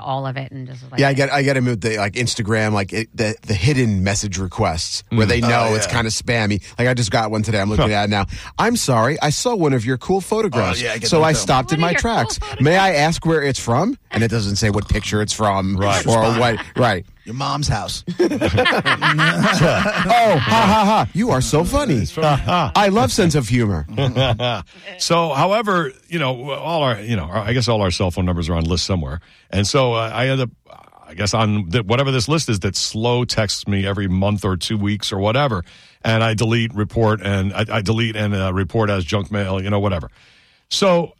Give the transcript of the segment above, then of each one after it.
all of it and just like Yeah, I get I get them with the like Instagram, like it, the the hidden message requests Mm. where Oh, they know it's kind of spammy. Like I just got one today. I'm looking at it now. I'm sorry, I saw one of your cool photographs, Oh, yeah, I get so them I too. stopped in One my of your cool tracks. May I ask where it's from? And it doesn't say what picture it's from, Right. Or what? Right. Your mom's house. Oh, ha ha ha! You are so funny. I love sense of humor. So, however, you know, all our, you know, our, I guess all our cell phone numbers are on list somewhere, and so uh, I end up, I guess, on th- whatever this list is that slow texts me every month or two weeks or whatever, and I delete, report, and I, I delete and uh, report as junk mail, you know, whatever. So.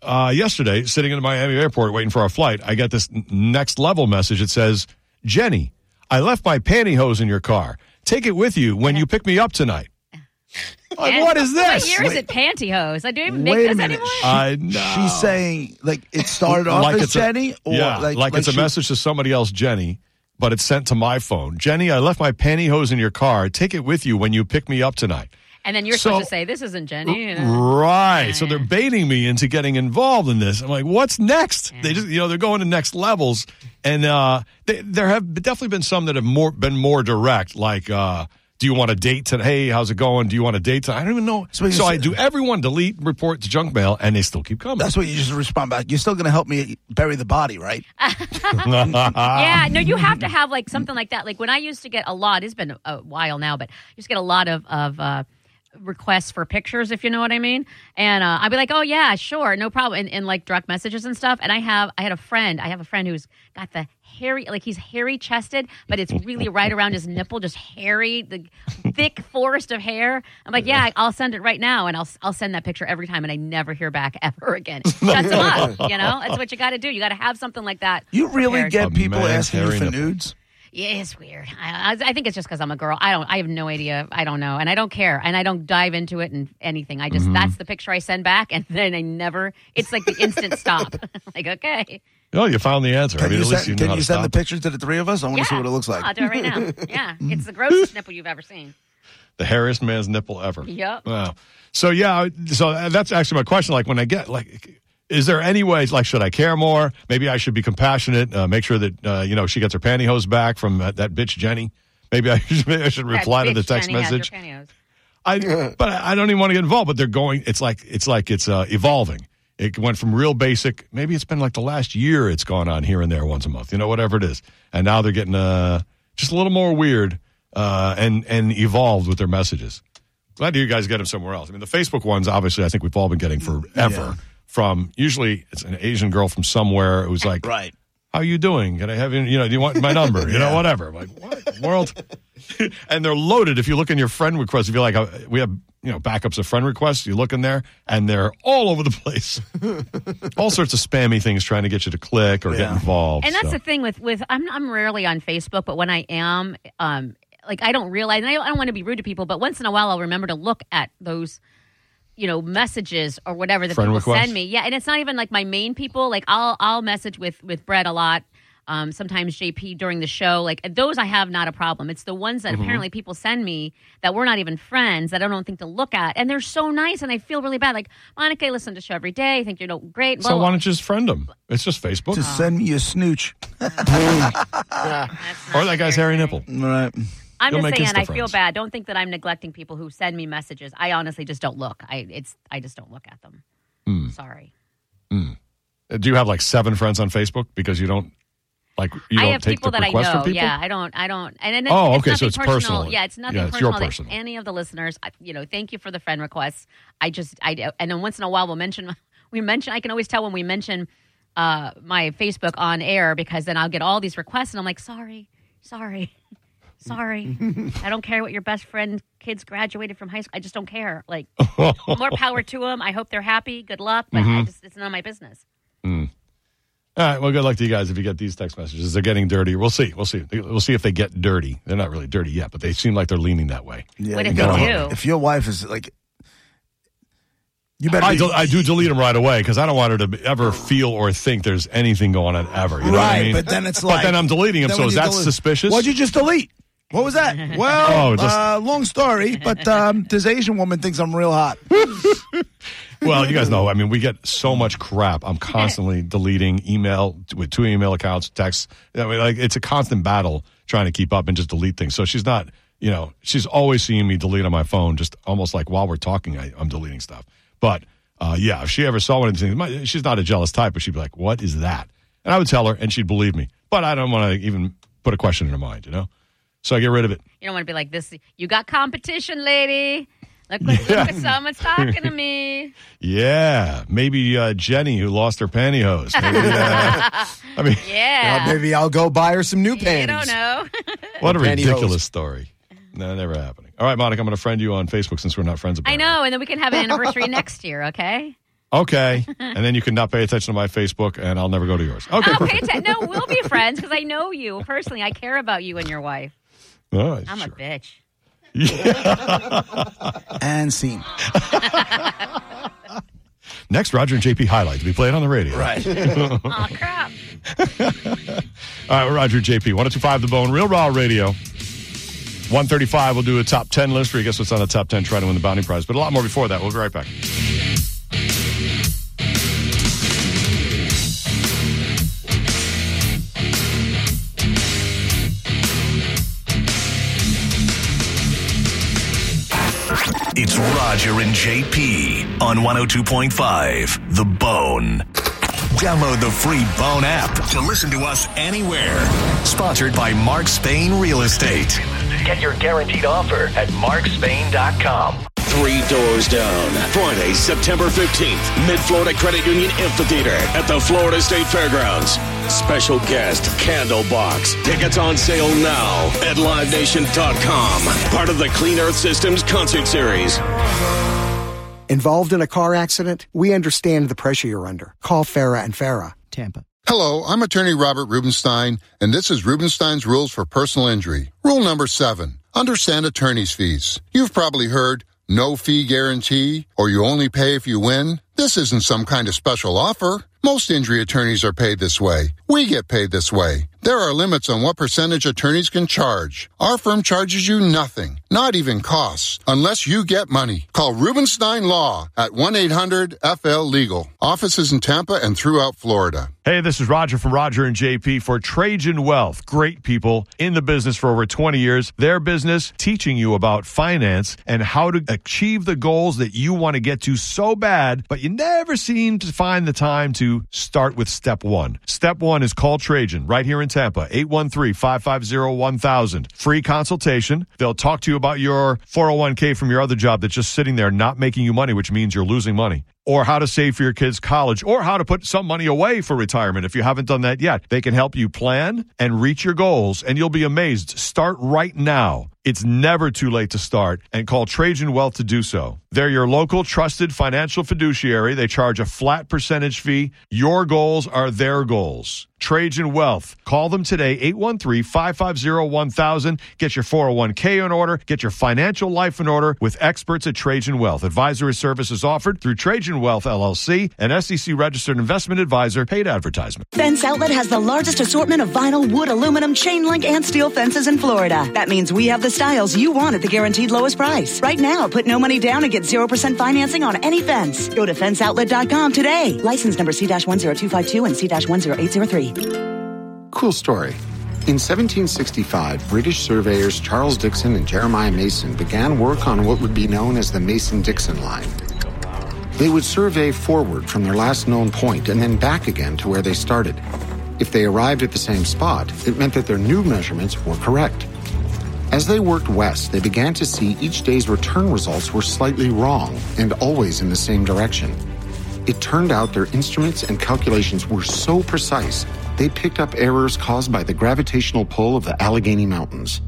Uh, yesterday, sitting in the Miami airport waiting for our flight, I get this n- next level message. It says, Jenny, I left my pantyhose in your car. Take it with you when you pick me up tonight. Like, And what is this? "Eh, What year is it? Pantyhose. I don't even make Wait a this minute. anymore. I know. She's saying like it started off as a- Jenny, or yeah, like, like, it's a she- message to somebody else, Jenny, but it's sent to my phone. Jenny, I left my pantyhose in your car. Take it with you when you pick me up tonight. and then you're So- supposed to say, "This isn't Jenny." Right. So they're baiting me into getting involved in this. I'm like, what's next? They just, you know, they're going to next levels. And uh, they, there have definitely been some that have more been more direct, like, uh, do you want a date today? Hey, how's it going? Do you want a date today? I don't even know. So So, you I said- do everyone delete, report to junk mail, and they still keep coming. That's what you just respond back. You're still going to help me bury the body, right? Ah. yeah, no, you have to have like something like that. Like when I used to get a lot, it's been a while now, but I used to get a lot of of uh, requests for pictures, if you know what I mean. And uh, I'd be like, "Oh yeah, sure, no problem," and, and like direct messages and stuff. And I have I had a friend, I have a friend who's got the hairy, like he's hairy chested, but it's really right around his nipple, just hairy, the thick forest of hair. I'm like, "Yeah, I'll send it right now," and I'll I'll send that picture every time, and I never hear back ever again. Shuts him up, you know. That's what you got to do. You got to have something like that. You really prepared. get A people man's asking you hairy for nipple. nudes. Yeah, it's weird. I, I, I think it's just because I'm a girl. I don't. I have no idea. I don't know, and I don't care, and I don't dive into it and anything. I just Mm-hmm. that's the picture I send back, and then I never. It's like the instant stop. like okay, Oh, you found the answer. I Can mean, you at least send, you know can how you to send stop the it. pictures to the three of us? I want yeah, to see what it looks I'll like. do it right now. Yeah, it's the grossest nipple you've ever seen. the hairiest man's nipple ever. Yep. Wow. So yeah, I- so uh, that's actually my question. Like when I get like, is there any way? Like, should I care more? Maybe I should be compassionate. Uh, make sure that uh, you know she gets her pantyhose back from uh, that bitch Jenny. Maybe I should, maybe I should That reply to the bitch text Jenny has your pantyhose. message. I but I don't even want to get involved. But they're going. It's like it's like it's uh, evolving. It went from real basic. Maybe it's been like the last year. It's gone on here and there once a month. You know, whatever it is. And now they're getting uh, just a little more weird uh, and and evolved with their messages. Glad you guys get them somewhere else. I mean, the Facebook ones, obviously, I think we've all been getting forever. From usually, it's an Asian girl from somewhere who's like, Right. how you doing? Can I have you? You know, do you want my number? You know, whatever. I'm like, what in the world? and they're loaded. If you look in your friend requests, if you're like, uh, we have, you know, backups of friend requests, you look in there and they're all over the place. all sorts of spammy things trying to get you to click or get Yeah. involved. And that's so. the thing with with I'm I'm rarely on Facebook, but when I am, um, like I don't realize, and I, I don't want to be rude to people, but once in a while I'll remember to look at those, you know, messages or whatever that Friend people requests? send me. Yeah, and it's not even like my main people. Like I'll I'll message with with Brett a lot. Um, sometimes JP during the show, like those, I have not a problem. It's the ones Mm-hmm. that apparently people send me that we're not even friends that I don't think to look at, and they're so nice, and I feel really bad. Like Monica, I listen to the show every day. I think you're doing great. blah, so blah, why blah. don't you just friend them? It's just Facebook. Just send me your snooch. That's or not that guy's fair. hairy nipple. All right. I'm You'll just make saying, I Insta feel friends. bad. Don't think that I'm neglecting people who send me messages. I honestly just don't look. I it's I just don't look at them. Sorry. Uh, Hmm. Do you have like seven friends on Facebook because you don't like you I don't have take people the that I request know. from people? Yeah, I don't. I don't. And, and Oh, it's okay, so nothing it's personal. personal. Yeah, it's nothing Yeah, it's your personal. to personal. Any of the listeners, I- you know, thank you for the friend requests. I just I and then once in a while we'll mention we mention. I can always tell when we mention uh, my Facebook on air because then I'll get all these requests and I'm like, sorry, sorry. Sorry, I don't care what your best friend kids graduated from high school. I just don't care. Like, Mm-hmm. more power to them. I hope they're happy. Good luck, but I just, it's none of my business. Mm. All right. Well, good luck to you guys if you get these text messages. They're getting dirty. We'll see. We'll see. We'll see if they get dirty. They're not really dirty yet, but they seem like they're leaning that way. Yeah, What you if they gotta- do? If your wife is like, you better. I, be- del- I do delete them right away because I don't want her to be- ever feel or think there's anything going on ever. You know what I right, mean? but then it's like. but then I'm deleting them. then So when is you that delete- suspicious? What'd you just delete? What was that? Well, Oh, just- uh, long story, but um, this Asian woman thinks I'm real hot. Well, you guys know. I mean, we get so much crap. I'm constantly deleting email with two email accounts, texts. I mean, like it's a constant battle trying to keep up and just delete things. So she's not, you know, she's always seeing me delete on my phone, just almost like while we're talking, I, I'm deleting stuff. But uh, yeah, if she ever saw one of these things, my, she's not a jealous type, but she'd be like, "What is that?" And I would tell her, and she'd believe me. But I don't want to even put a question in her mind, you know. So I get rid of it. You don't want to be like this. You got competition, lady. Look, look, look someone's talking to me. Yeah, maybe uh, Jenny who lost her pantyhose. Maybe, uh, I mean. Yeah. maybe I'll go buy her some new you don't panties. know. What a Pantyhose. ridiculous story. No, never happening. All right, Monica, I'm going to friend you on Facebook since we're not friends. I Apparently. know, and then we can have an anniversary next year, okay? Okay, and then you can not pay attention to my Facebook, and I'll never go to yours. Okay, I'll pay perfect. atten- No, we'll be friends because I know you personally. I care about you and your wife. All right, I'm Oh, sure. a bitch. And scene. Next, Roger and JP highlight to be played on the radio. Right. Oh crap! All right, we're Roger and JP, 1025 The Bone, Real Raw Radio. 135, we'll do a top 10 list for you. Guess what's on the top 10 try to win the bounty prize. But a lot more before that. We'll be right back. It's Roger and JP on 102.5 The Bone. Download the free Bone app to listen to us anywhere. Sponsored by Mark Spain Real Estate. Get your guaranteed offer at markspain.com. Three doors down. Friday, September 15th, Mid Florida Credit Union Amphitheater at the Florida State Fairgrounds. Special guest, Candlebox. Tickets on sale now at livenation.com. Part of the Clean Earth Systems concert series. Involved in a car accident? We understand the pressure you're under. Call Farah and Farah. Hello, I'm attorney Robert Rubenstein, and this is Rubenstein's Rules for Personal Injury. Rule number seven understand attorney's fees. You've probably heard no fee guarantee or you only pay if you win. This isn't some kind of special offer. Most injury attorneys are paid this way. We get paid this way. There are limits on what percentage attorneys can charge. Our firm charges you nothing, not even costs, unless you get money. Call Rubenstein Law at 1 800 FL Legal. Offices in Tampa and throughout Florida. Hey, this is Roger from Roger and JP for Trajan Wealth. Great people in the business for over 20 years. Their business teaching you about finance and how to achieve the goals that you want to get to so bad, but you never seem to find the time to start with step one. Step one is call Trajan right here in Tampa, 813 550 1000. Free consultation. They'll talk to you about your 401k from your other job that's just sitting there not making you money, which means you're losing money or how to save for your kids' college, or how to put some money away for retirement if you haven't done that yet. They can help you plan and reach your goals, and you'll be amazed. Start right now. It's never too late to start, and call Trajan Wealth to do so. They're your local trusted financial fiduciary. They charge a flat percentage fee. Your goals are their goals. Trajan Wealth. Call them today, 813 550 1000. Get your 401k in order. Get your financial life in order with experts at Trajan Wealth. Advisory services offered through Trajan Wealth LLC, an SEC registered investment advisor, paid advertisement. Fence Outlet has the largest assortment of vinyl, wood, aluminum, chain link, and steel fences in Florida. That means we have the styles you want at the guaranteed lowest price. Right now, put no money down and get 0% financing on any fence. Go to fenceoutlet.com today. License number C-10252 and C-10803. Cool story. In 1765, British surveyors Charles Dixon and Jeremiah Mason began work on what would be known as the Mason Dixon Line. They would survey forward from their last known point and then back again to where they started. If they arrived at the same spot, it meant that their new measurements were correct. As they worked west, they began to see each day's return results were slightly wrong and always in the same direction. It turned out their instruments and calculations were so precise, they picked up errors caused by the gravitational pull of the Allegheny Mountains.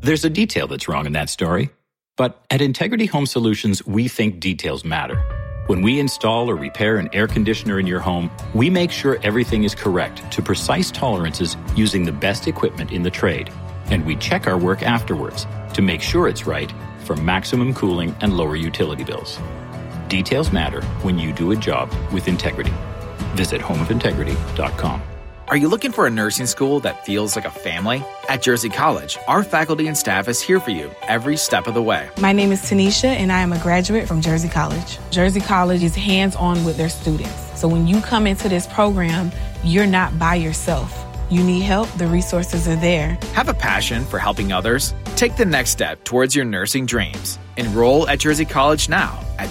There's a detail that's wrong in that story, but at Integrity Home Solutions, we think details matter. When we install or repair an air conditioner in your home, we make sure everything is correct to precise tolerances using the best equipment in the trade. And we check our work afterwards to make sure it's right for maximum cooling and lower utility bills. Details matter when you do a job with integrity. Visit homeofintegrity.com. Are you looking for a nursing school that feels like a family? At Jersey College, our faculty and staff is here for you every step of the way. My name is Tanisha, and I am a graduate from Jersey College. Jersey College is hands on with their students. So when you come into this program, you're not by yourself. You need help, the resources are there. Have a passion for helping others? Take the next step towards your nursing dreams. Enroll at Jersey College now at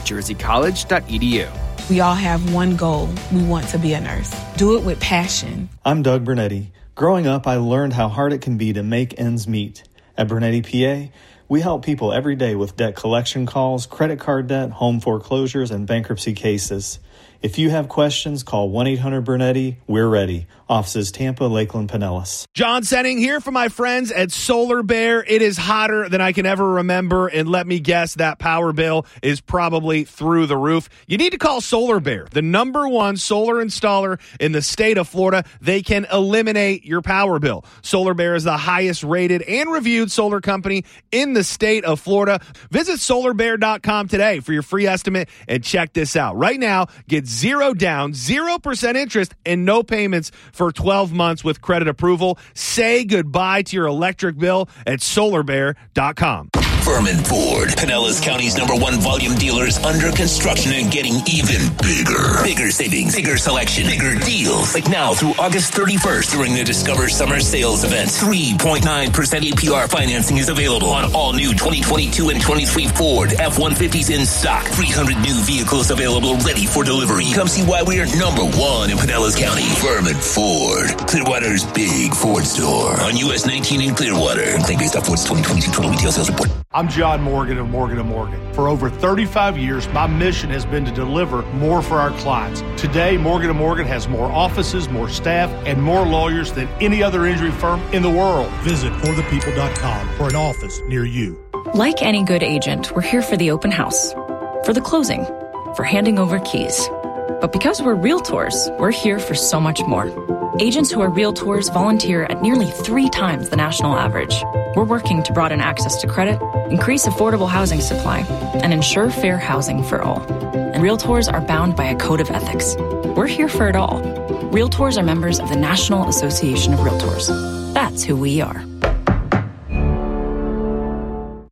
jerseycollege.edu. We all have one goal we want to be a nurse. Do it with passion. I'm Doug Bernetti. Growing up, I learned how hard it can be to make ends meet. At Bernetti PA, we help people every day with debt collection calls, credit card debt, home foreclosures, and bankruptcy cases. If you have questions, call 1 800 Bernetti. We're ready. Offices Tampa, Lakeland, Pinellas. John Senning here for my friends at Solar Bear. It is hotter than I can ever remember, and let me guess that power bill is probably through the roof. You need to call Solar Bear, the number one solar installer in the state of Florida. They can eliminate your power bill. Solar Bear is the highest rated and reviewed solar company in the state of Florida. Visit solarbear.com today for your free estimate and check this out. Right now, get zero down, 0% interest, and no payments for 12 months with credit approval. Say goodbye to your electric bill at solarbear.com. Furman Ford, Pinellas County's number one volume dealers under construction and getting even bigger. Bigger savings, bigger selection, bigger deals. Like now through August 31st during the Discover Summer Sales Event. 3.9% APR E financing is available on all new 2022 and 23 Ford F-150s in stock. 300 new vehicles available ready for delivery. Come see why we are number one in Pinellas County. Furman Ford, Clearwater's big Ford store. On US 19 in Clearwater. Claim based off Ford's 2022 total retail sales report. I'm John Morgan of Morgan & Morgan. For over 35 years, my mission has been to deliver more for our clients. Today, Morgan & Morgan has more offices, more staff, and more lawyers than any other injury firm in the world. Visit forthepeople.com for an office near you. Like any good agent, we're here for the open house, for the closing, for handing over keys. But because we're realtors, we're here for so much more. Agents who are realtors volunteer at nearly three times the national average. We're working to broaden access to credit, increase affordable housing supply, and ensure fair housing for all. And realtors are bound by a code of ethics. We're here for it all. Realtors are members of the National Association of Realtors. That's who we are.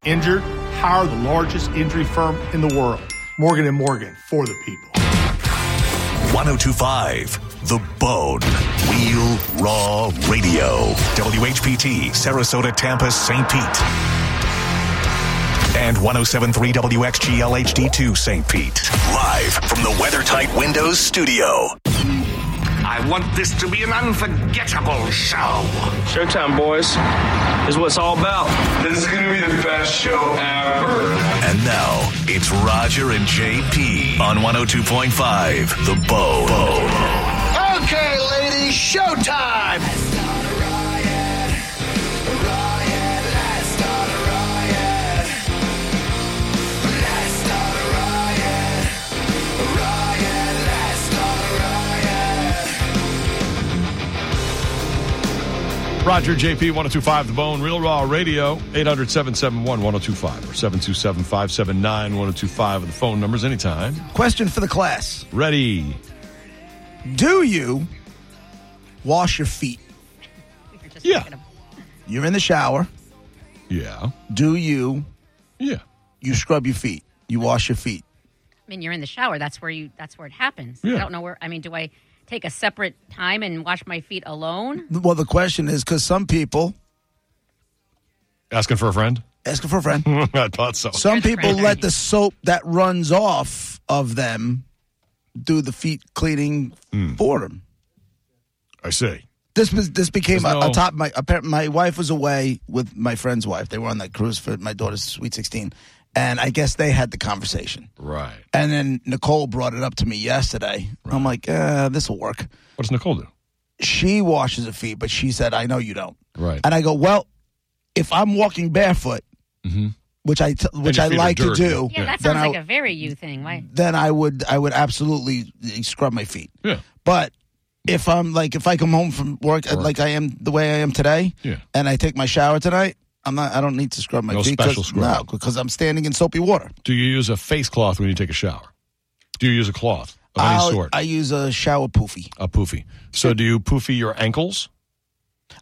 Injured? Hire the largest injury firm in the world. Morgan & Morgan, for the people. 1025 The Bone. Real Raw Radio. WHPT, Sarasota, Tampa, St. Pete. And 1073 WXGLHD2 St. Pete. Live from the Weathertight Windows Studio. I want this to be an unforgettable show. Oh, Showtime, boys. This is what it's all about. This is going to be the best show ever. And now it's Roger and JP on 102.5 The Bone. Okay, ladies, showtime! Roger JP 1025 The Bone, Real Raw Radio, 800 771 1025 or 727 579 1025 the phone numbers anytime. Question for the class Ready? Do you wash your feet? Yeah. You're in the shower. Yeah. Do you? Yeah. You scrub your feet. You wash your feet. I mean, you're in the shower. That's where you. That's where it happens. Yeah. I don't know where. I mean, do I take a separate time and wash my feet alone? Well, the question is because some people Asking for a friend? asking for a friend. I thought so. Some people let the soap that runs off of them do the feet cleaning for them. Hmm. I see. This was this became There's a, a no- top. My apparent- my wife was away with my friend's wife. They were on that cruise for my daughter's sweet sixteen, and I guess they had the conversation. Right. And then Nicole brought it up to me yesterday. I'm like, uh, this will work. What does Nicole do? She washes her feet, but she said, I know you don't. Right. And I go, well, if I'm walking barefoot, which I t- which Mm-hmm. your I feet are like to dirty. do, Yeah, that then sounds I- like a very you thing. Why? then I would I would absolutely eh, scrub my feet. Yeah. But if I'm like if I come home from work, uh, like I am the way I am today, Yeah. and I take my shower tonight, I'm not I don't need to scrub my No feet special 'cause- scrub. no, because I'm standing in soapy water. Do you use a face cloth when you take a shower? Do you use a cloth of any I'll- sort? I use a shower poofy. a poofy. So do you poofy your ankles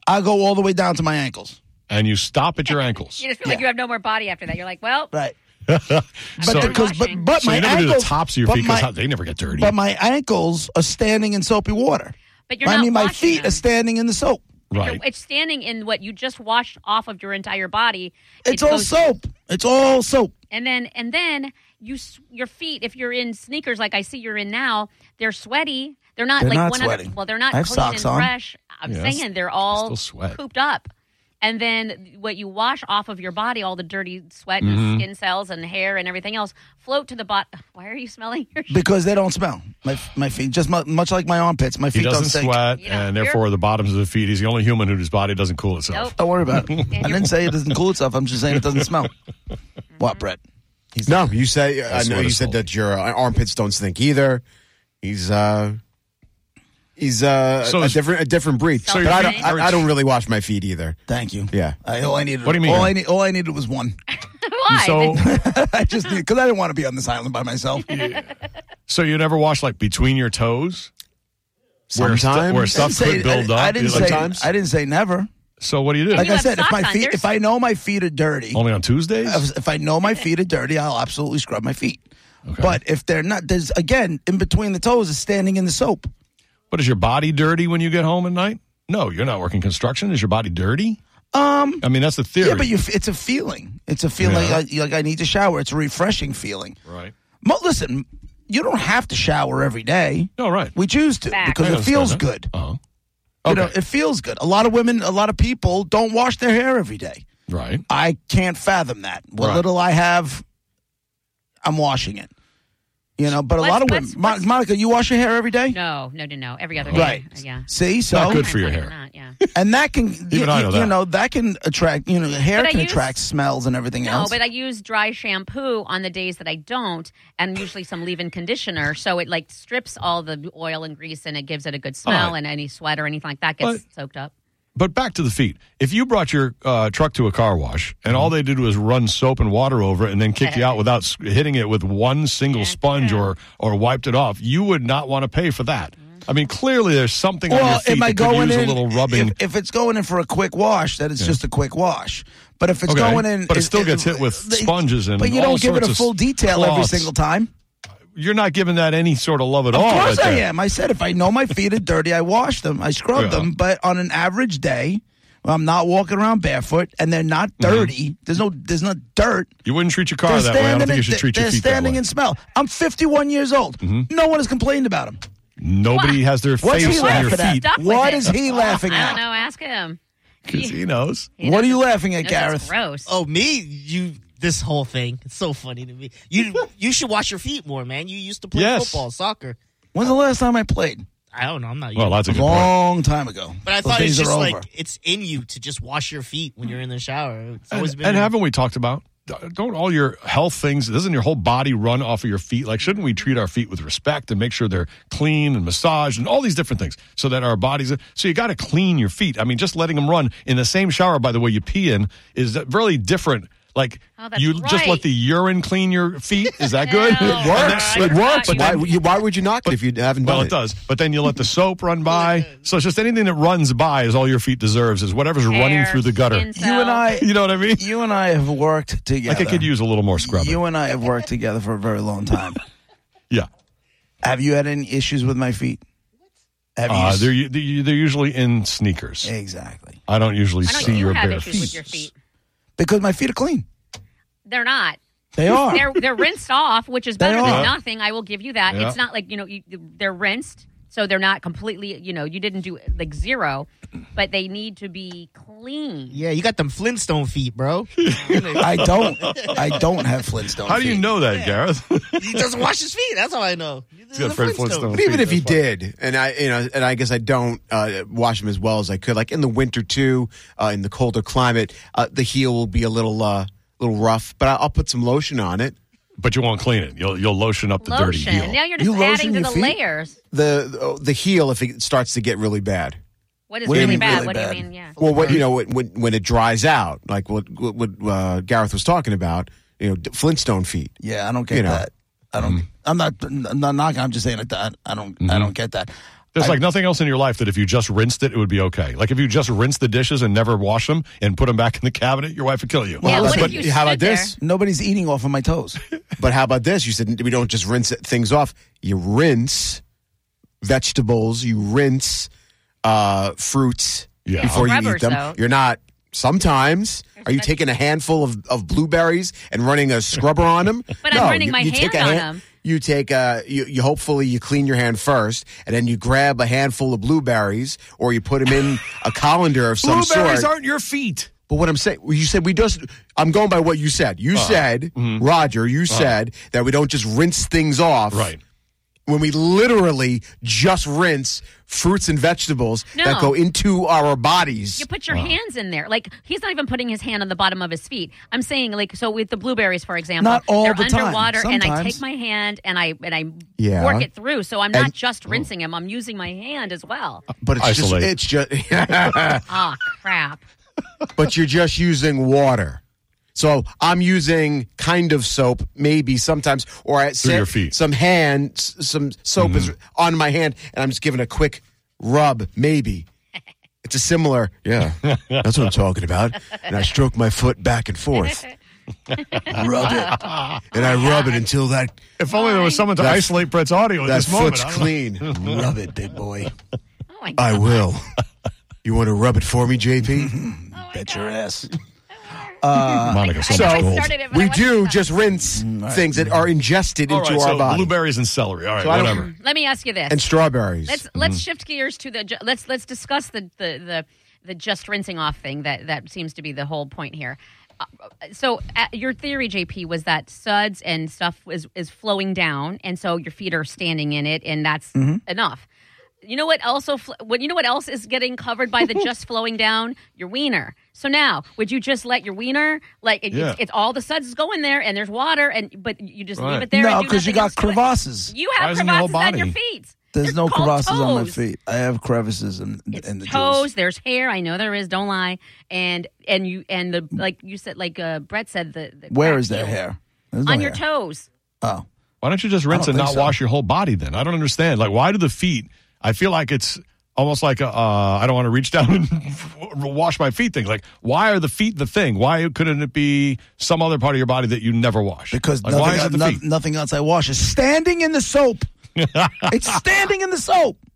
I go all the way down to my ankles. and you stop at your ankles? You just feel like you have no more body after that. You're like, well, right. but But because but, but so my you never ankles do the tops of your but feet my- because they never get dirty. But my ankles are standing in soapy water. But you're I not mean, my washing feet are standing in the soap. Right. it's standing in what you just washed off of your entire body. It's It all goes- soap. It's all soap. and then and then you s- your feet if you're in sneakers like I see you're in now they're sweaty they're not They're like not one sweaty. well they're not I have clean socks and on. fresh I'm Yeah, saying they're all still sweat. cooped up and then what you wash off of your body all the dirty sweat Mhm. and skin cells and hair and everything else float to the bottom why are you smelling your Because they don't smell. My my feet, just mu- much like my armpits, my He feet doesn't don't stink. sweat, and therefore the bottoms of the feet. He's the only human whose body doesn't cool itself. Don't worry about it. I didn't say it doesn't cool itself. I'm just saying it doesn't smell. Mm-hmm. What, Brett? no, you say I I know swear you to said that your uh, armpits don't stink either. He's uh he's uh So a is- different a different breed. So but your I don't feet I, are- I don't really wash my feet either. Thank you. Uh, Yeah. I, all I needed. What do you mean? All I, need, all I needed was one. Why? So- I just need because I didn't want to be on this island by myself. So you never wash like between your toes? Where, stu- Sometimes. where stuff I didn't could say- I build didn't- up. I didn't You're like- say- Sometimes. I didn't say never. So what do you do? Like I said, if my feet, if I know my feet are dirty, only on Tuesdays. If- If I know my feet are dirty, I'll absolutely scrub my feet. But if they're not, there's again in between the toes is standing in the soap. But is your body dirty when you get home at night? No, you're not working construction. Is your body dirty? Um, I mean that's the theory. Yeah, but you, it's a feeling. It's a feeling Yeah. like, like I need to shower. It's a refreshing feeling. right. Mo- listen, you don't have to shower every day. No, Oh, right. We choose to Fact. I because it understand feels that. good. Uh-huh. You know, it feels good. A lot of women, a lot of people don't wash their hair every day. Right. I can't fathom that. What Right. little I have, I'm washing it. You know, but a What's- lot of women. what's- Mon- Monica, you wash your hair every day, no no no no every other right? day yeah See, It's so not good for your hair. and that can you, Even I know you that. know that can attract you know hair But I can use- attract smells and everything No, else. Oh, but I use dry shampoo on the days that I don't, and usually some leave-in conditioner, so it like strips all the oil and grease, and it gives it a good smell, Alright. and any sweat or anything like that gets soaked up. But back to the feet. If you brought your uh, truck to a car wash and all they did was run soap and water over it and then kick you out without s- hitting it with one single sponge or or wiped it off, you would not want to pay for that. I mean, clearly there's something on your well, feet am I that could going use in a little rubbing. If, if it's going in for a quick wash, then it's just a quick wash. But if it's Okay, going in, but it if- still if- gets hit with sponges and But you all don't give it sorts a of full detail every cloths. single time. You're not giving that any sort of love at Of all. course right I there. am. I said if I know my feet are dirty, I wash them, I scrub Yeah. them. But on an average day, when I'm not walking around barefoot and they're not dirty. There's no there's no dirt. You wouldn't treat your Mm-hmm. car that They're way. I don't standing think in- you should they're- treat your They're feet that standing way. Mm-hmm. in smell. I'm 51 years old. No one has complained about them. Nobody has their What's he face on your laughing at? feet. Stuck with What it. is he laughing I at? don't know. Ask him. Because he knows. What are you laughing at, No, that's Gareth? Gross. Oh me, you this whole thing. It's so funny to me. You you should wash your feet more, man. You used to play Yes. football, soccer. When's the last time I played? I don't know. I'm not. Well, that's a good Long point. time ago. But I Those thought it's days are just over. like it's in you to just wash your feet when you're in the shower. It's always And, been. and haven't we talked about? Don't all your health things? Doesn't your whole body run off of your feet? Like, shouldn't we treat our feet with respect and make sure they're clean and massaged and all these different things so that our bodies? So you got to clean your feet. I mean, just letting them run in the same shower, by the way, you pee in is really different. Like Oh, that's you just right. let the urine clean your feet. Is that good? No. It works. It works. But Why then- would Why would you knock it if you haven't well, done it does. But then you let the soap run by. So it's just anything that runs by is all your feet deserves is whatever's running Hair, through the gutter. skin You and I- you know what I mean? You and I have worked together. Like I could use a little more scrubbing. You and I have worked together for a very long time. yeah. Have you had any issues with my feet? Have you? Uh, s- they're u- they're u- they're usually in sneakers. Exactly. I don't usually Why don't see you your have bare issues feet. with your feet? because my feet are clean. They're not. They are. They're, they're rinsed off, which is They better are. than nothing. I will give you that. Yeah. It's not like you know you, they're rinsed, so they're not completely. You know, you didn't do like zero, but they need to be clean. yeah, you got them Flintstone feet, bro. I don't. I don't have Flintstone. How do you feet. know that, Gareth? He doesn't wash his feet. That's all I know. He's got Fred Flintstone But even feet, if you that's why. did, and I, you know, and I guess I don't uh, wash them as well as I could. Like in the winter too, uh, in the colder climate, uh, the heel will be a little, uh, a little rough, but I- I'll put some lotion on it. But you won't clean it. You'll you'll lotion up lotion. Now you're just adding to the layers. The the heel if it starts to get really bad. What is What do you really mean bad? really what do bad? you mean? Yeah. Well, what you know when when- when it dries out, like what what, what uh, Gareth was talking about, you know, Flintstone feet. Yeah, I don't get You know. that. I don't. Mm-hmm. I'm not. I'm not knocking. I'm just saying that I, I don't. I don't get that. There's like nothing else in your life that if you just rinsed it, it would be okay. Like if you just rinsed the dishes and never wash them and put them back in the cabinet, your wife would kill you. how about this? Nobody's eating off of my toes. but how about this? You said we don't just rinse it- things off. You rinse vegetables. You rinse uh, fruits Yeah. before you Rubbers, eat them. though. You're not. Sometimes are you taking a handful of, of blueberries and running a scrubber on them? But I'm running my hand on 'em. You take a you, you. Hopefully, you clean your hand first, and then you grab a handful of blueberries, or you put them in a colander of some sort. Blueberries aren't your feet. But what I'm saying, well, you said we just. I'm going by what you said. You Uh-huh. said, Roger, you Uh-huh. said that we don't just rinse things off. Right. When we literally just rinse fruits and vegetables No. that go into our bodies. You put your Uh-huh. hands in there. Like he's not even putting his hand on the bottom of his feet. I'm saying like so with the blueberries, for example, Not all they're the time. underwater, and I Sometimes. take my hand and I and I Yeah. work it through. So I'm not And- oh. just rinsing him. I'm using my hand as well. But it's Isolate. just it's just Ah, crap. but you're just using water. So I'm using kind of soap, maybe sometimes, or I Through sa- your feet. Mm-hmm. some hand, s- some soap is on my hand, and I'm just giving a quick rub, maybe. It's a similar, yeah. That's what I'm talking about. And I stroke my foot back and forth, rub it, and I rub it until that. If only there was someone to That's- isolate Brett's audio at that this moment. foot's I don't know. clean. rub it, big boy. Oh my I will. You want to rub it for me, Mm-hmm. JP? Oh Bet your ass. Uh, Monica, so so much gold. we do just rinse Mm, things that are ingested All into right, our so body, Blueberries and celery. All right, So I don't- whatever. Mm-hmm. Let me ask you this. and strawberries. Let's Mm-hmm. let's shift gears to the ju- let's let's discuss the the the, the just rinsing off thing that that seems to be the whole point here. Uh, So uh, your theory, JP, was that suds and stuff is is flowing down, and so your feet are standing in it, and that's Mhm. Mm-hmm. enough. You know what? Also, fl- what you know what else is getting covered by the just flowing down your wiener. So now, would you just let your wiener like it, Yeah. it's, it's all the suds go in there, and there's water, and but you just leave Right. it there. No, because 'cause you got crevasses. You Why have isn't your whole crevasses on your body? feet. There's no called crevasses on my toes. feet. I have crevices in, in the toes. toes. There's hair. I know there is. Don't lie. And and you and the like you said like uh, Brett said the, the Where crack is there heel. hair? on There's no your hair. toes. Oh, Why don't you just I rinse don't and think not so. wash your whole body then? I don't understand. Like, why do the feet? I feel like it's almost like a, uh, I don't want to reach down and wash my feet thing. Like, why are the feet the thing? Why couldn't it be some other part of your body that you never wash? Because like, nothing, why is it the no- feet? nothing else I wash is standing in the soap. it's standing in the soap. Hmm.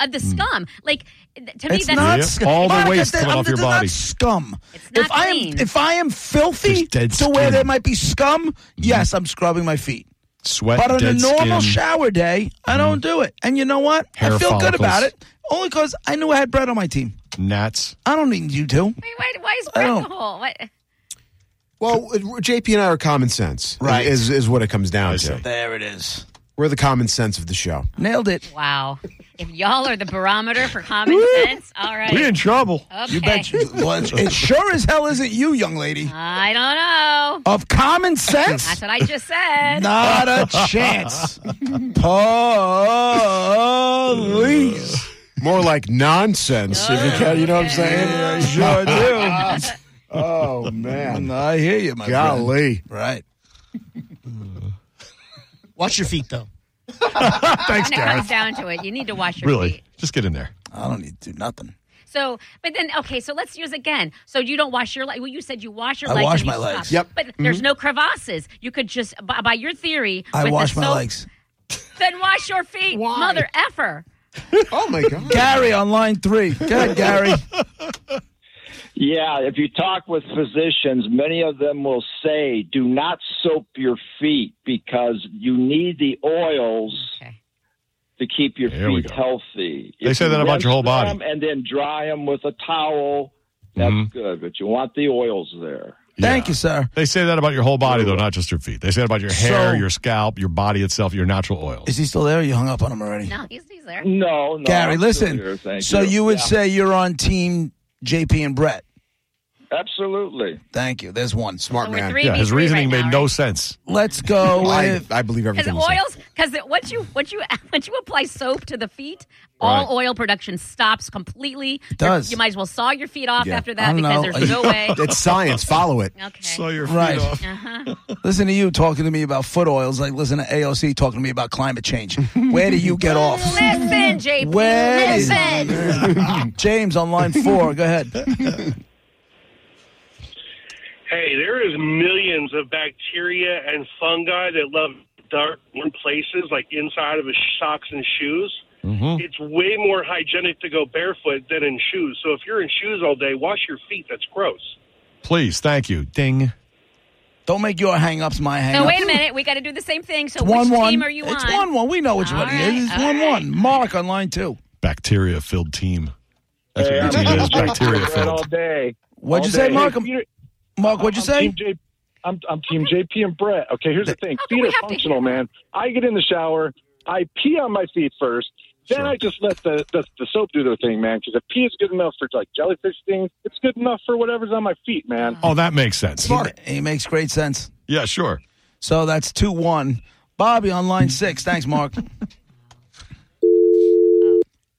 Uh, the scum. Like to me it's that's not sc- Monica, that- coming I'm- off your they're not body. scum. not if I am clean. if I am filthy There's dead to where skin. there might be Mm-hmm. scum, yes, I'm scrubbing my feet. Sweat, but on a dead normal skin. shower day, I Mm-hmm. don't do it. And you know what? Hair I feel good about follicles. it, only because I knew I had bread on my team. Gnats. I don't need you to. Wait, wait, why is I Brett don't- the hole? What? Well, JP and I are common sense, Right. Is is what it comes down to. There it is. We're the common sense of the show. Nailed it. Wow. If y'all are the barometer for common sense, all right. trouble. Okay. You bet. You, well, it- it sure as hell isn't you, young lady. I don't know. Of common sense? That's what I just said. Not a chance. Police. More like nonsense. if you, Oh, can, you know what I'm saying? Yeah, sure do. oh man, I hear you, my golly. Right. Watch your feet, though. Thanks, When it comes Gareth. down to it, you need to wash your feet. Really, just get in there. I don't need to do nothing. So, but then okay, so let's use again. So you don't wash your leg. Well, you said you wash your I legs. wash and you my legs. scrub. Yep. But there's Mm-hmm. Mhm. no crevasses. You could just by, by your theory. I with the wash my soap, legs. Then wash your feet, mother effer. Oh my god. Gary on line three. Go ahead, Gary. Yeah, if you talk with physicians, many of them will say do not soap your feet because you need the oils to keep your we feet healthy. They say you that about your whole rinse body. them and then dry them with a towel. That's Mm-hmm. good, but you want the oils there. Thank you, sir. They say that about your whole body, though, not just your feet. They say it about your hair, So- your scalp, your body itself, your natural oils. Is he still there? Or you hung up on him already. No, he's, he's there. No, no. Gary, I'm still listen. here, thank so you, would Yeah. say you're on team JP and Brett. Absolutely. Thank you. There's one smart So we're man. three Yeah, his v three reasoning right now, made no right? sense. Let's go. I- with- I believe Because oils, because once you once you once you apply soap to the feet, Right. all oil production stops completely. You're- does. You might as well saw your feet off Yeah. after I that don't because know. there's no way. it's science. Follow it. Okay. Saw your feet Right. off. Uh-huh. Listen to you talking to me about foot oils, like listen to AOC talking to me about climate change. Where do you get off? Listen, JP. Where is- Listen. James on line four, go ahead. Hey, there is millions of bacteria and fungi that love dark, warm places, like inside of his socks and shoes. Mm-hmm. It's way more hygienic to go barefoot than in shoes. So if you're in shoes all day, wash your feet. That's gross. Please, thank you. Ding. Don't make your hang ups my hang ups. So wait a minute, we got to do the same thing. So It's one which one. team are you it's on? one one. We know which All one it is. It's all one one. Mark on line two. Bacteria filled team. That's Hey, what your I'm team is. team Bacteria Red all filled. day. What'd All you say, day. Mark? Hey, Peter, Mark, what'd you I'm say? Team J- I'm, I'm Team JP and Brett. Okay, here's the thing. Feet are functional, man. I get in the shower. I pee on my feet first. Then I just let the, the, the soap do their thing, man. Because if pee is good enough for like jellyfish things, it's good enough for whatever's on my feet, man. Oh, that makes sense. He, he makes great sense. Yeah, sure. So that's two one. Bobby on line six. Thanks, Mark.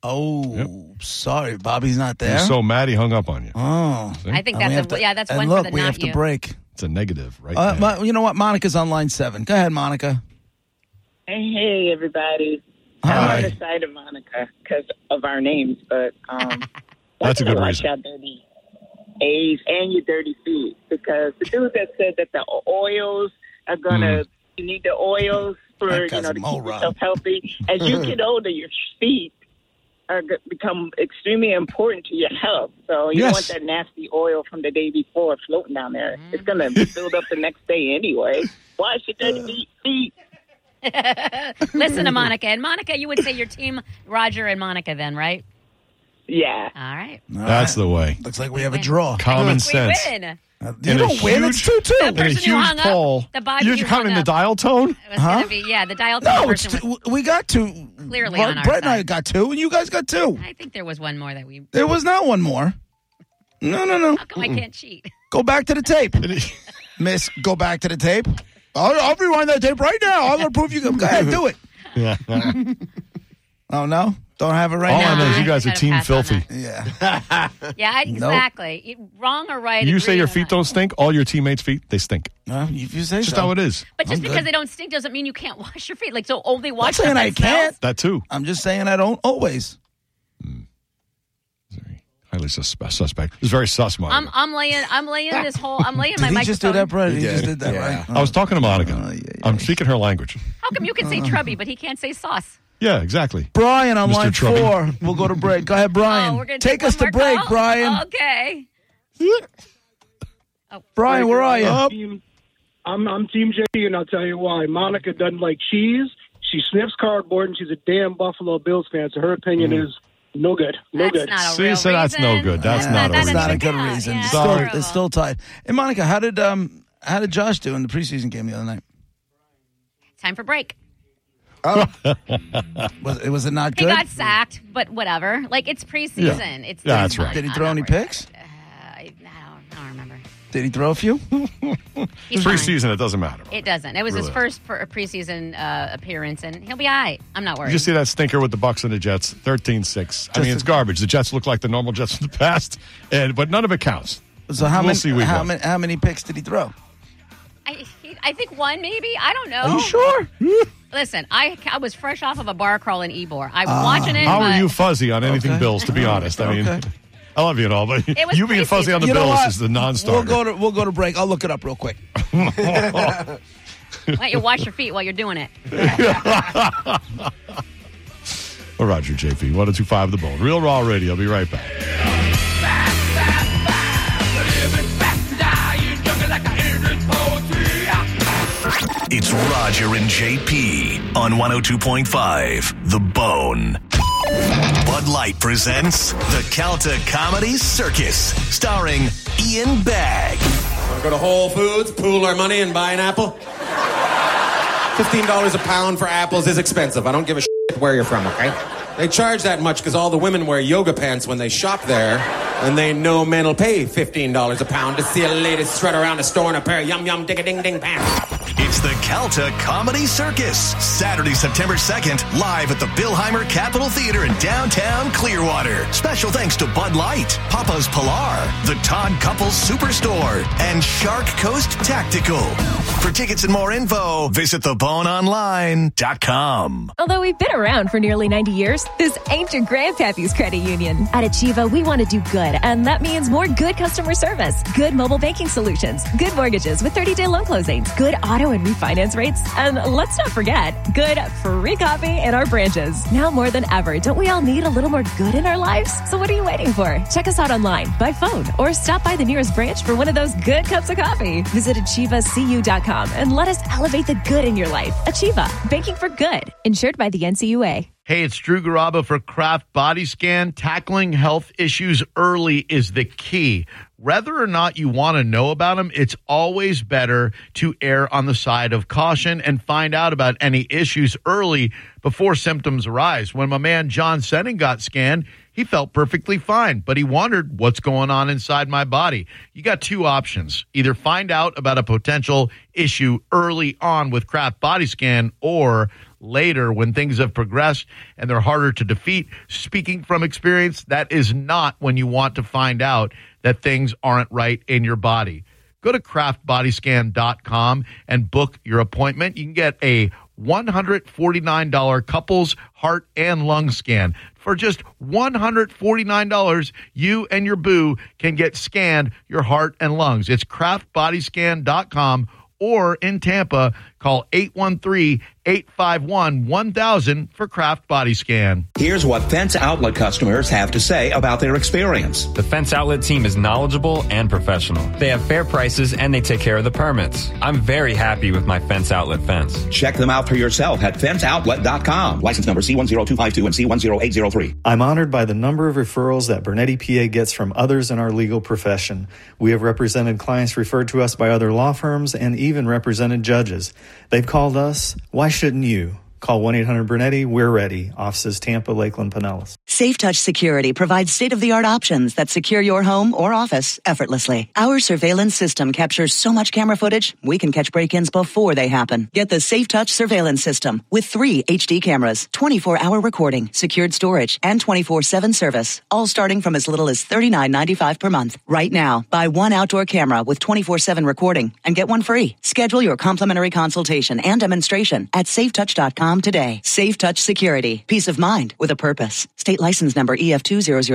oh, sorry, Bobby's not there. You're so mad he hung up on you. I Oh. think And we that's have a to- yeah. That's and one look, for the we not have to you. break. It's a negative, right? Uh, there. but you know what? Monica's on line seven. Go ahead, Monica. Hey, everybody. I'm on the side of Monica because of our names, but um, That's a good watch reason. your dirty A's and your dirty feet because the dude that said that the oils are gonna Mm. you need the oils for you know to keep yourself healthy. As you get older, your feet are go- become extremely important to your health. So you don't want Yes. that nasty oil from the day before floating down there. It's gonna Mm. build up the next day anyway. Wash your Uh, dirty feet. feet. Listen to Monica and Monica. You would say your team, Roger and Monica, then, right? Yeah. All right. That's the way. Looks like we have a draw. Common sense. We win. Uh, You don't win. It's two two. The person who hung up. The Bobby who You're hung counting the up dial tone? was gonna be yeah. The dial tone No, it's person two, we got two. was clearly Mark- on our Brett and side. I got two, and you guys got two. I think there was one more that we. There was not one more. No, no, no. How come I can't cheat? Go back to the tape, Miss. Go back to the tape. I'll, I'll rewind that tape right now. I'm gonna prove you. Go ahead, do it. Yeah. Oh no, don't have it right All now. I know is you guys are team filthy. Yeah. Yeah, Nope. exactly. You- Wrong or right? You say agree your or feet don't stink, all your teammates' feet, they stink. No, if you say Just so. how it is. But just because they don't stink doesn't mean you can't wash your feet. Like so, only I'm not wash. saying them I themselves? can't. That too. Hmm. I'm just saying I don't always. Highly sus- suspect. It's very sus, Monica. I'm I'm laying I'm laying this whole I'm laying Did my he microphone. just do that, Brett? He Yeah. just did that, right? Oh. I was talking to Monica. I'm speaking her language. How come you can Uh-uh. say trubby but he can't say sauce? Yeah, exactly. Brian on Mr. line Trubby. four. We'll go to break. Go ahead, Brian. Oh, we're gonna take do us one to more break, call? Brian. Okay. Hmm? Brian, where are you? Team- I'm, I'm Team JP, and I'll tell you why. Monica doesn't like cheese. She sniffs cardboard, and she's a damn Buffalo Bills fan. So her opinion Mm. is no good. No good. See, so that's no good. That's Yeah, not, that's a not a reason. good reason. Yeah, It's it's still, horrible. it's still tied. And Monica, how did um how did Josh do in the preseason game the other night? Time for break. Oh. was, it- was it not He good? got sacked, but whatever. Like it's preseason. It's yeah, it's fine. Did he I'm throw not any worried. picks? Uh, I, I don't, I don't remember. Did he throw a few? He's fine. Preseason, it doesn't matter. It doesn't. It was Really? his first per- preseason uh, appearance, and he'll be all right. I'm not You worried. just see that stinker with the Bucks and the Jets, 13-6. I mean, it's garbage. The Jets look like the normal Jets in the past, and but none of it counts. So how we'll many see week how one. many how many picks did he throw? I, he- I think one maybe. I don't know. Are you sure? Listen, I, I was fresh off of a bar crawl in Ebor. I was Ah. watching it. How are but- you fuzzy on anything Bills? To be honest, I mean, I love you and all, but It was you being fuzzy on the You know Bills what? is the non-starter. Oh, We'll go to we'll go to break. I'll look it up real quick. Why don't you wash your feet while you're doing it? Well, Roger JP, 1025 The Bone. Real Raw Radio. Be right back. It's Roger and JP on 102.5 The Bone. Bud Light presents the Calta Comedy Circus, starring Ian Bagg. Want to go to Whole Foods, pool our money, and buy an apple? $15 a pound for apples is expensive. I don't give a shit where you're from, okay? They charge that much because all the women wear yoga pants when they shop there. And they know men will pay $15 a pound to see a lady strut around the store in a pair of yum yum digga ding ding pants. It's the Calta Comedy Circus, Saturday, September 2nd, live at the Billheimer Capitol Theater in downtown Clearwater. Special thanks to Bud Light, Papa's Pilar, the Todd Couples Superstore, and Shark Coast Tactical. For tickets and more info, visit theboneonline.com. Although we've been around for nearly 90 years, this ain't your grandpappy's credit union. At Achieva, we want to do good, and that means more good customer service, good mobile banking solutions, good mortgages with 30 day loan closings, good auto and refinance rates, and let's not forget, good free coffee in our branches. Now more than ever, don't we all need a little more good in our lives? So what are you waiting for? Check us out online, by phone, or stop by the nearest branch for one of those good cups of coffee. Visit AchievaCU.com and let us elevate the good in your life. Achieva, banking for good, insured by the NCUA. Hey, it's Drew Garabo for Kraft Body Scan. Tackling health issues early is the key. Whether or not you want to know about them, it's always better to err on the side of caution and find out about any issues early before symptoms arise. When my man John Senning got scanned, he felt perfectly fine, but he wondered what's going on inside my body. You got two options either find out about a potential issue early on with Kraft Body Scan or later when things have progressed and they're harder to defeat. Speaking from experience, that is not when you want to find out that things aren't right in your body. Go to craftbodyscan.com and book your appointment. You can get a $149 couples heart and lung scan. For just $149, you and your boo can get scanned your heart and lungs. It's craftbodyscan.com or in Tampa, call 813 851 1000 for Kraft Body Scan. Here's what Fence Outlet customers have to say about their experience. The Fence Outlet team is knowledgeable and professional. They have fair prices and they take care of the permits. I'm very happy with my Fence Outlet fence. Check them out for yourself at fenceoutlet.com. License number C10252 and C10803. I'm honored by the number of referrals that Bernetti PA gets from others in our legal profession. We have represented clients referred to us by other law firms and even represented judges. They've called us. Why shouldn't you? Call 1 800 Bernetti. We're ready. Offices Tampa, Lakeland, Pinellas. SafeTouch Security provides state-of-the-art options that secure your home or office effortlessly. Our surveillance system captures so much camera footage, we can catch break-ins before they happen. Get the SafeTouch surveillance system with 3 HD cameras, 24-hour recording, secured storage, and 24/7 service, all starting from as little as $39.95 per month. Right now, buy one outdoor camera with 24/7 recording and get one free. Schedule your complimentary consultation and demonstration at safetouch.com today. SafeTouch Security, peace of mind with a purpose. State license number E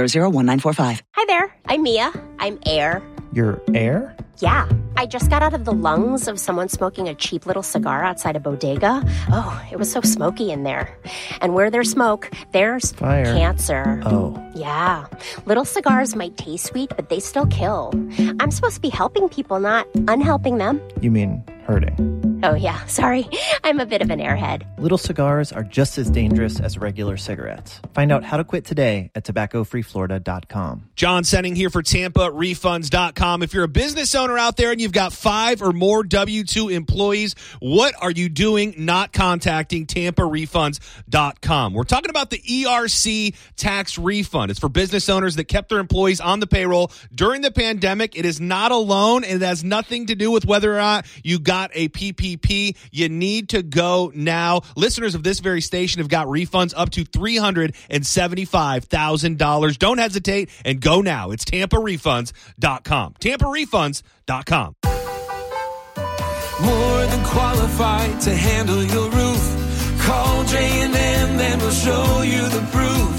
EF20001945. Hi there. I'm Mia. I'm air. Your air? Yeah. I just got out of the lungs of someone smoking a cheap little cigar outside a bodega. Oh, it was so smoky in there. And where there's smoke, there's Fire. cancer. Oh. Yeah. Little cigars might taste sweet, but they still kill. I'm supposed to be helping people, not unhelping them. You mean hurting. Oh, yeah. Sorry. I'm a bit of an airhead. Little cigars are just as dangerous as regular cigarettes. Find out how to quit today at tobaccofreeflorida.com. John Senning here for Tampa Refunds.com. If you're a business owner out there and you've got five or more W 2 employees, what are you doing not contacting Tampa Refunds.com? We're talking about the ERC tax refund. It's for business owners that kept their employees on the payroll during the pandemic. It is not a loan, and it has nothing to do with whether or not you got a PPP. You need to go now. Listeners of this very station have got refunds up to $375,000. Don't hesitate and go now. It's TampaRefunds.com. TampaRefunds.com. More than qualified to handle your roof. Call J&M and we'll show you the proof.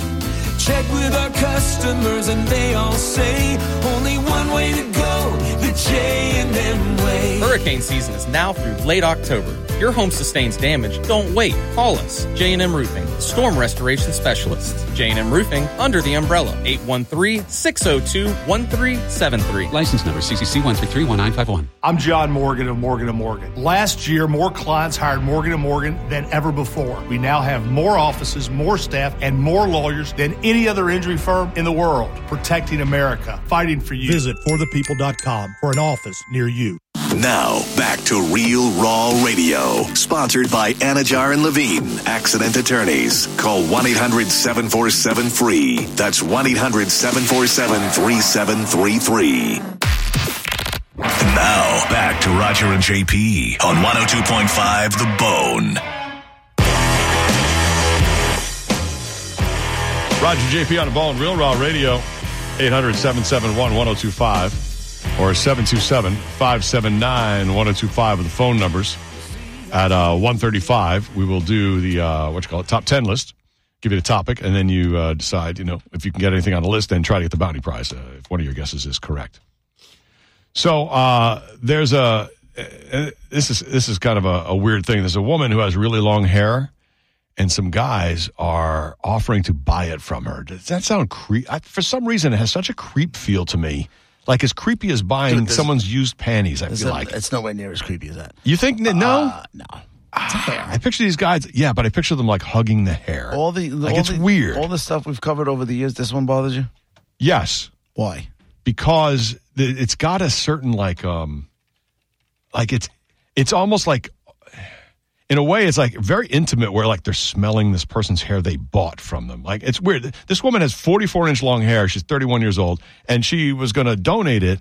Check with our customers and they all say only one way to go, the J&M way. Hurricane season is now through late October. If Your home sustains damage. Don't wait. Call us. J&M Roofing, storm restoration specialists. J&M Roofing under the umbrella 813-602-1373. License number CCC one three three one nine five one. I'm John Morgan of Morgan & Morgan. Last year, more clients hired Morgan & Morgan than ever before. We now have more offices, more staff, and more lawyers than any other injury firm in the world. Protecting America, fighting for you. Visit forthepeople.com for an office near you. Now, back to Real Raw Radio, sponsored by Anajar and Levine, accident attorneys. Call 1 800 747 FREE. That's 1 800 747 3733. Now, back to Roger and JP on 102.5 The Bone. Roger JP on the ball and Real Raw Radio, 800 771 1025 or 727 579 1025 are the phone numbers. At uh, 135, we will do the, uh, what you call it, top 10 list. Give you the topic, and then you uh, decide, you know, if you can get anything on the list, then try to get the bounty prize uh, if one of your guesses is correct. So uh, there's a uh, this is this is kind of a, a weird thing. There's a woman who has really long hair, and some guys are offering to buy it from her. Does that sound creep? I, for some reason, it has such a creep feel to me. Like as creepy as buying Dude, this- someone's used panties. I It's feel no- like it's Uh, nowhere near as creepy as that. you think that- no, no. I picture these guys. Yeah, but I picture them like hugging the hair. All the Like, all it's the- weird. All the stuff we've covered over the years. This one bothers you? Yes. Why? Because th- it's got a certain like um like it's it's almost like in a way it's like very intimate where like they're smelling this person's hair they bought from them. Like it's weird. This woman has 44 inch long hair. She's 31 years old and she was going to donate it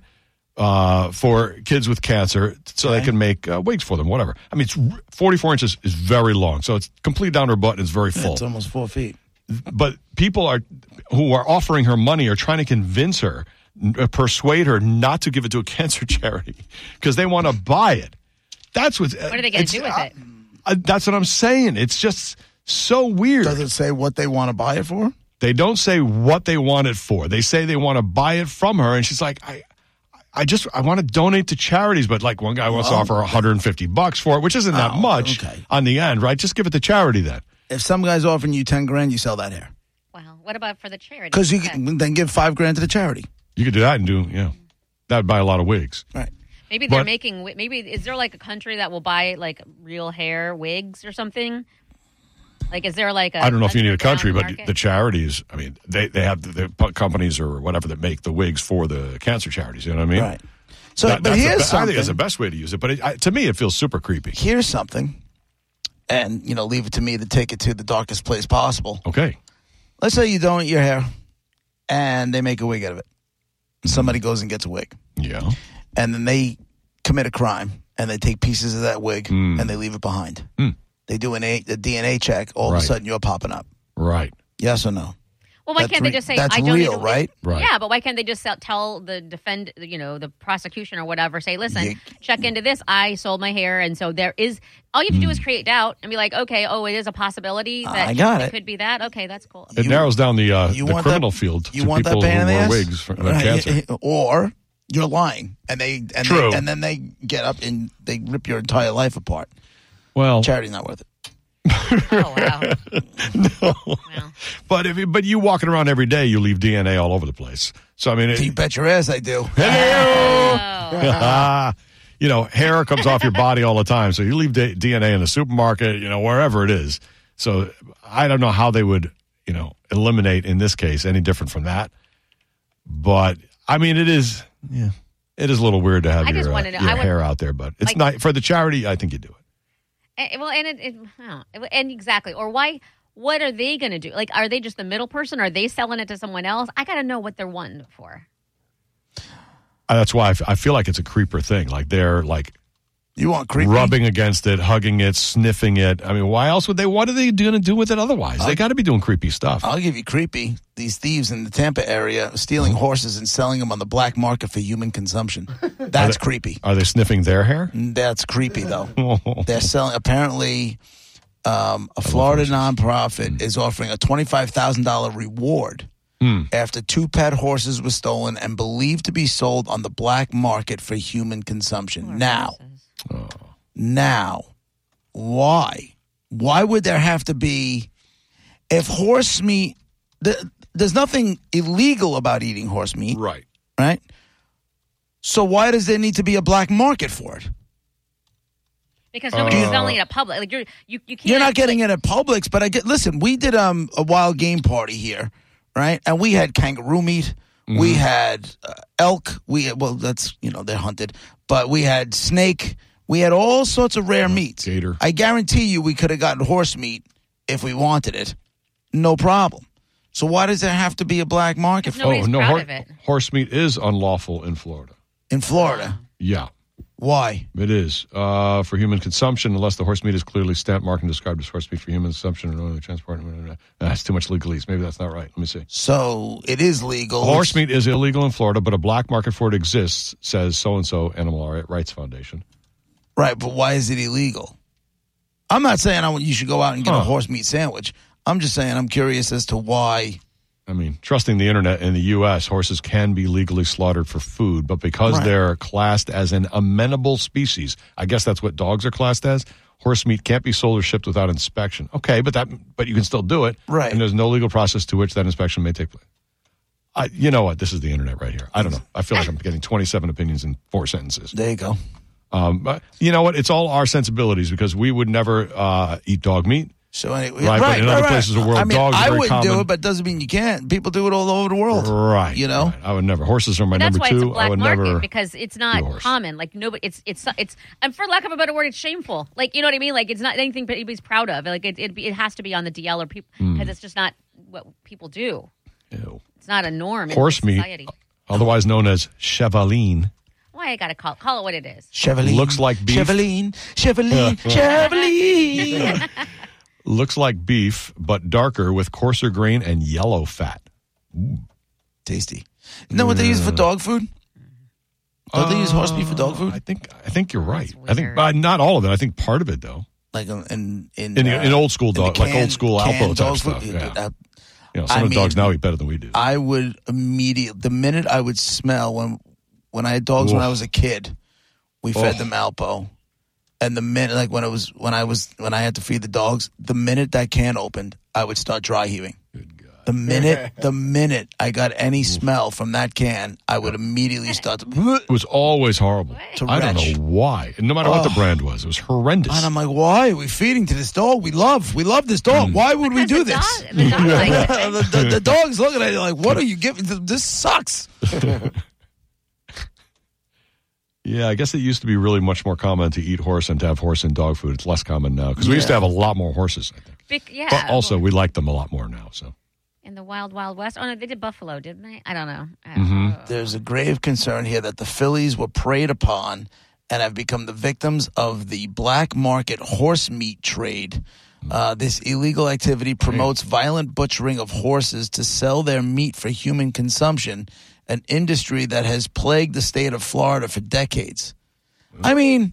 uh for kids with cancer so they can make uh, wigs for them whatever i mean it's r- 44 inches is very long so it's complete down her butt and it's very full It's almost four feet. but people are who are offering her money are trying to convince her n- uh, persuade her not to give it to a cancer charity because they want to buy it that's uh, what What are they going to do with it? that's what i'm saying it's just so weird does it say what they want to buy it for they don't say what they want it for they say they want to buy it from her and she's like i I just I want to donate to charities, but like one guy wants to Oh. offer 150 bucks for it, which isn't that much on the end, right? Just give it to charity then. If some guy's offering you ten grand, you sell that hair What about for the charity? because you can, then give five grand to the charity. You could do that and do yeah. That would buy a lot of wigs. Right. Maybe they're But- making making. wi- Maybe is there like a country that will buy like real hair wigs or something? Like, is there like a? I don't know if you need a country, but underground market? the charities. I mean, they they have the, the companies or whatever that make the wigs for the cancer charities. You know what I mean? Right. So, but that's the here's be- I think that's the something. best way to use it. But it, I, to me, it feels super creepy. Here's something, and you know, leave it to me to take it to the darkest place possible. Okay. Let's say you donate your hair, and they make a wig out of it. Somebody goes and gets a wig. Mm-hmm. Yeah. And then they commit a crime, and they take pieces of that wig Mm. and they leave it behind. Mm. They do an a, a DNA check. All Right. of a sudden, you're popping up. Right. Yes or no? Well, why That's can't they re- just say that's I don't real, right? Yeah, but why can't they just sell, tell the defend, you know, the prosecution or whatever, say, listen, Ye- check into this. I sold my hair, and so there is. All you have to do Hmm. is create doubt and be like, okay, oh, it is a possibility that I got it it. could be that. Okay, that's cool. It narrows down the uh, you the want that- criminal field You to want that people pain who in the wear ass? wigs for the Right, cancer. yeah, yeah. Or you're lying, and they and True. They, and then they get up and they rip your entire life apart. Well, charity's not worth it. but if you- but you walking around every day, you leave DNA all over the place. So I mean, it, You bet your ass I do. Ah, you know, hair comes off your body all the time. So you leave D- DNA in the supermarket, you know, wherever it is. So I don't know how they would, you know, eliminate in this case any different from that. But I mean, it is, yeah, it is a little weird to have I your, just uh, wanted to- your I would- hair out there, but it's like- not for the charity. I think you do it. And, well, and it, it, I don't know. and exactly, or why? What are they going to do? Like, are they just the middle person? Are they selling it to someone else? I got to know what they're wanting for. Uh, That's why I, f- I feel like it's a creeper thing. Like they're like you want creepy? rubbing against it, hugging it, sniffing it. I mean, why else would they? What are they going to do with it otherwise? Uh, they got to be doing creepy stuff. I'll give you creepy. These thieves in the Tampa area stealing horses and selling them on the black market for human consumption. That's Are they- creepy. Are they sniffing their hair? That's creepy though. They're selling apparently um, a Florida nonprofit is offering a twenty five thousand dollar reward Hmm. after two pet horses were stolen and believed to be sold on the black market for human consumption. now, now, why? Why would there have to be if horse meat? Th- there's nothing illegal about eating horse meat, right? Right. So why does there need to be a black market for it? Because nobody's Uh, selling it at public. Like you're, you, you can't. You're not getting it at Publix, but I get. Listen, we did um a wild game party here, right? And we had kangaroo meat, Mm-hmm. We had uh, elk. We had, well, that's you know they're hunted, but we had snake. We had all sorts of Uh, rare meats. Gator. I guarantee you, we could have gotten horse meat if we wanted it, no problem. So why does there have to be a black market? for oh no, hor- horse meat is unlawful in Florida. in Florida. Yeah. Why? It is uh, for human consumption, unless the horse meat is clearly stamped, marked, and described as horse meat for human consumption and only transport. Nah, Uh, That's too much legalese. Maybe that's not right. Let me see. So it is legal. Horse meat is illegal in Florida, but a black market for it exists, says so and so Animal Rights Foundation. Right, but why is it illegal? I'm not saying I want you should go out and get a horse meat sandwich. I'm just saying I'm curious as to why. I mean, trusting the internet in the U.S., horses can be legally slaughtered for food, but because Right. they're classed as an amenable species, I guess that's what dogs are classed as. Horse meat can't be sold or shipped without inspection. Okay, but that but you can still do it, Right. And there's no legal process to which that inspection may take place. I, you know what? This is the internet right here. I don't know. I feel like I'm getting 27 opinions in four sentences. There you go. Um, but you know what? It's all our sensibilities because we would never uh, eat dog meat. So anyway, right, but in other places of the world, I mean, dogs are I very wouldn't common. do it, but it doesn't mean you can't. People do it all over the world. Right. You know? I would never. Horses are But my that's number why two. it's a black I would market never. because it's not common. Like nobody, it's it's it's and for lack of a better word, it's shameful. Like you know what I mean? Like it's not anything that anybody's proud of. Like it it, it has to be on the DL or people Hmm. because it's just not what people do. It's not a norm. in Horse meat. society. otherwise known as chevaline. Why I gotta call call it what it is? Chevaline. Looks like beef. Chevaline. Chevaline. Uh, uh. Chevaline. Looks like beef, but darker with coarser grain and yellow fat. Tasty. You know what they use for dog food? Don't they use horse meat for dog food? Uh, I think I think you're right. I think but not all of it. I think part of it though. Like in in in, uh, In, the- in old school in the dog, like canned- old school Alpo canned type dog stuff. food, Yeah. uh, you know, some I of the dogs mean- now eat better than we do. I would immediately the minute I would smell when when I had dogs when Oof. I was a kid, we Oh. fed them Alpo, and the minute like when it was when I was when I had to feed the dogs, the minute that can opened, I would start dry heaving. The minute the minute I got any smell from that can, I would immediately start to. It was always horrible. To I don't retch. know why. No matter what the Oh. brand was, it was horrendous. And I'm like, why are we feeding to this dog? We love, we love this dog. Mm. Why would we do this? the, dog likes the, the dog's looking at you like, what are you giving? Th- This sucks. Yeah, I guess it used to be really much more common to eat horse and to have horse and dog food. It's less common now because we used to Yeah. have a lot more horses. I think. Bec- yeah. But also, we like them a lot more now. So in the wild wild west. Oh no, they did buffalo, didn't they? I don't know. I- Hmm. There's a grave concern here that the Phillies were preyed upon and have become the victims of the black market horse meat trade. Hmm. Uh, this illegal activity promotes violent butchering of horses to sell their meat for human consumption, an industry that has plagued the state of Florida for decades. I mean,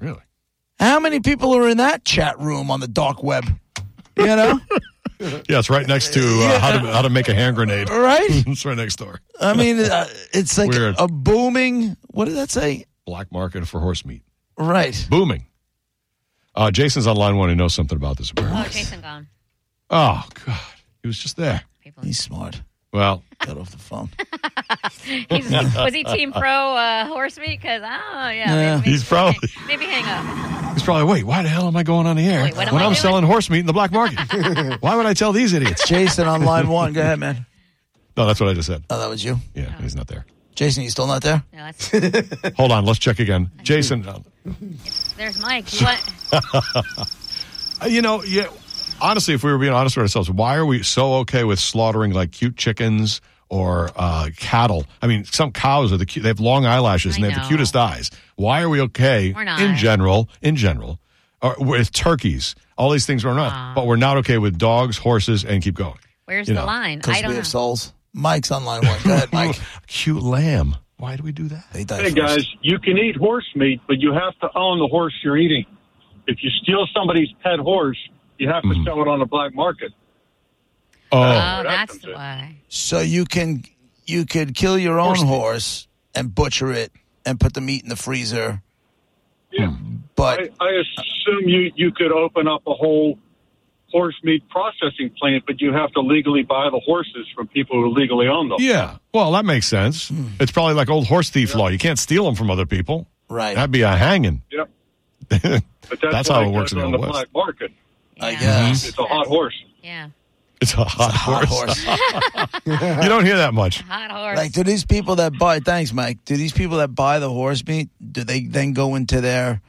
Hmm. really, how many people are in that chat room on the dark web? You know? yeah, it's right next to uh, how to how to make a hand grenade. Right? it's right next door. I mean, uh, it's like Weird. a booming. What did that say? Black market for horse meat, Right. booming. Uh, Jason's on line one. He knows something about this. Apparently. Oh, Jason gone. Oh God, he was just there. Uh-huh. He's smart. Well, got off the phone. He's, was he team pro uh, horse meat? Because I don't know. Yeah, Yeah. maybe, He's probably- maybe hang up. He's probably wait. Why the hell am I going on the air Wait, what am when I I'm doing? selling horse meat in the black market? why would I tell these idiots? Jason on line one. Go ahead, man. No, that's what I just said. Oh, that was you. Yeah, he's not there. Jason, you still not there? No, that's, Hold on, let's check again. Jason, there's Mike. You want? Uh, you know, yeah. Honestly, if we were being honest with ourselves, why are we so okay with slaughtering like cute chickens or uh, cattle? I mean, some cows are the cute, they have long eyelashes and I they have know. the cutest eyes. Why are we okay We're not. in general? In general, or with turkeys, all these things we're not, but we're not okay with dogs, horses, and keep going. Where's You the know, line? because I don't we know. have Souls. Mike's on line one. Go ahead, Mike. Cute lamb. Why do we do that? They Hey guys, you can eat horse meat, but you have to own the horse you're eating. If you steal somebody's pet horse, you have to Mm-hmm. sell it on the black market. Oh, that's why. So you can you could kill your own horse and butcher it and put the meat in the freezer. Yeah. But I, I assume you you could open up a whole horse meat processing plant, but you have to legally buy the horses from people who legally own them. Yeah. Well, that makes sense. Hmm. It's probably like old horse thief law. You can't steal them from other people. Right. That'd be a hanging. Yep. that's But that's, how why it works in the goes Mm-hmm. Old on the West. black market. I guess. It's a hot horse. Yeah. It's a hot, hot horse. horse. you don't hear that much. Hot horse. Like, do these people that buy? Thanks, Mike. Do these people that buy the horse meat? Do they then go into their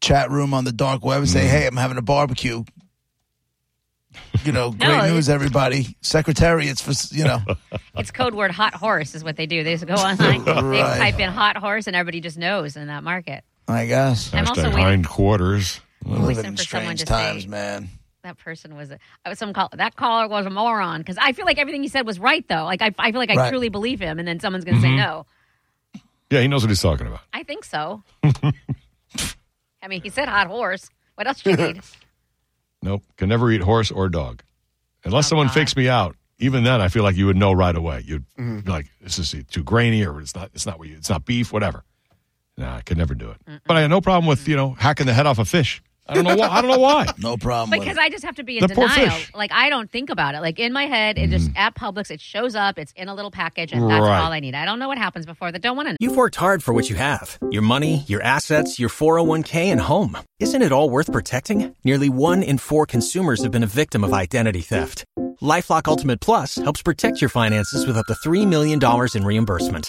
chat room on the dark web and say, Mm. "Hey, I'm having a barbecue." You know, great No, news, everybody. Secretariats for s- you know. It's code word hot horse is what they do. They just go online, they Right. type in hot horse, and everybody just knows in that market. I guess. I'm also Hashtag waiting- hindquarters. We're living in for someone strange to times, say- man. That person was a I was some call. That caller was a moron because I feel like everything he said was right though. Like I, I feel like I Right. truly believe him, and then someone's going to Mhm. say no. Yeah, he knows what he's talking about. I think so. I mean, he said hot horse. What else do you need? Nope. Can never eat horse or dog. Unless someone fakes me out. Even then I feel like you would know right away. You'd be like, this is too grainy or it's not it's not what you, it's not beef, whatever. Nah, I could never do it. But I had no problem with, you know, hacking the head off a fish. I don't know why I don't know why. no problem. because I just have to be in The poor denial. fish. Mm. Like I don't think about it. Like in my head, it just at Publix, it shows up. It's in a little package, and that's Right. all I need. I don't know what happens before that. Don't want to. You've worked hard for what you have your money, your assets, your 401k, and home. Isn't it all worth protecting? Nearly one in four consumers have been a victim of identity theft. Lifelock Ultimate Plus helps protect your finances with up to $3 million in reimbursement.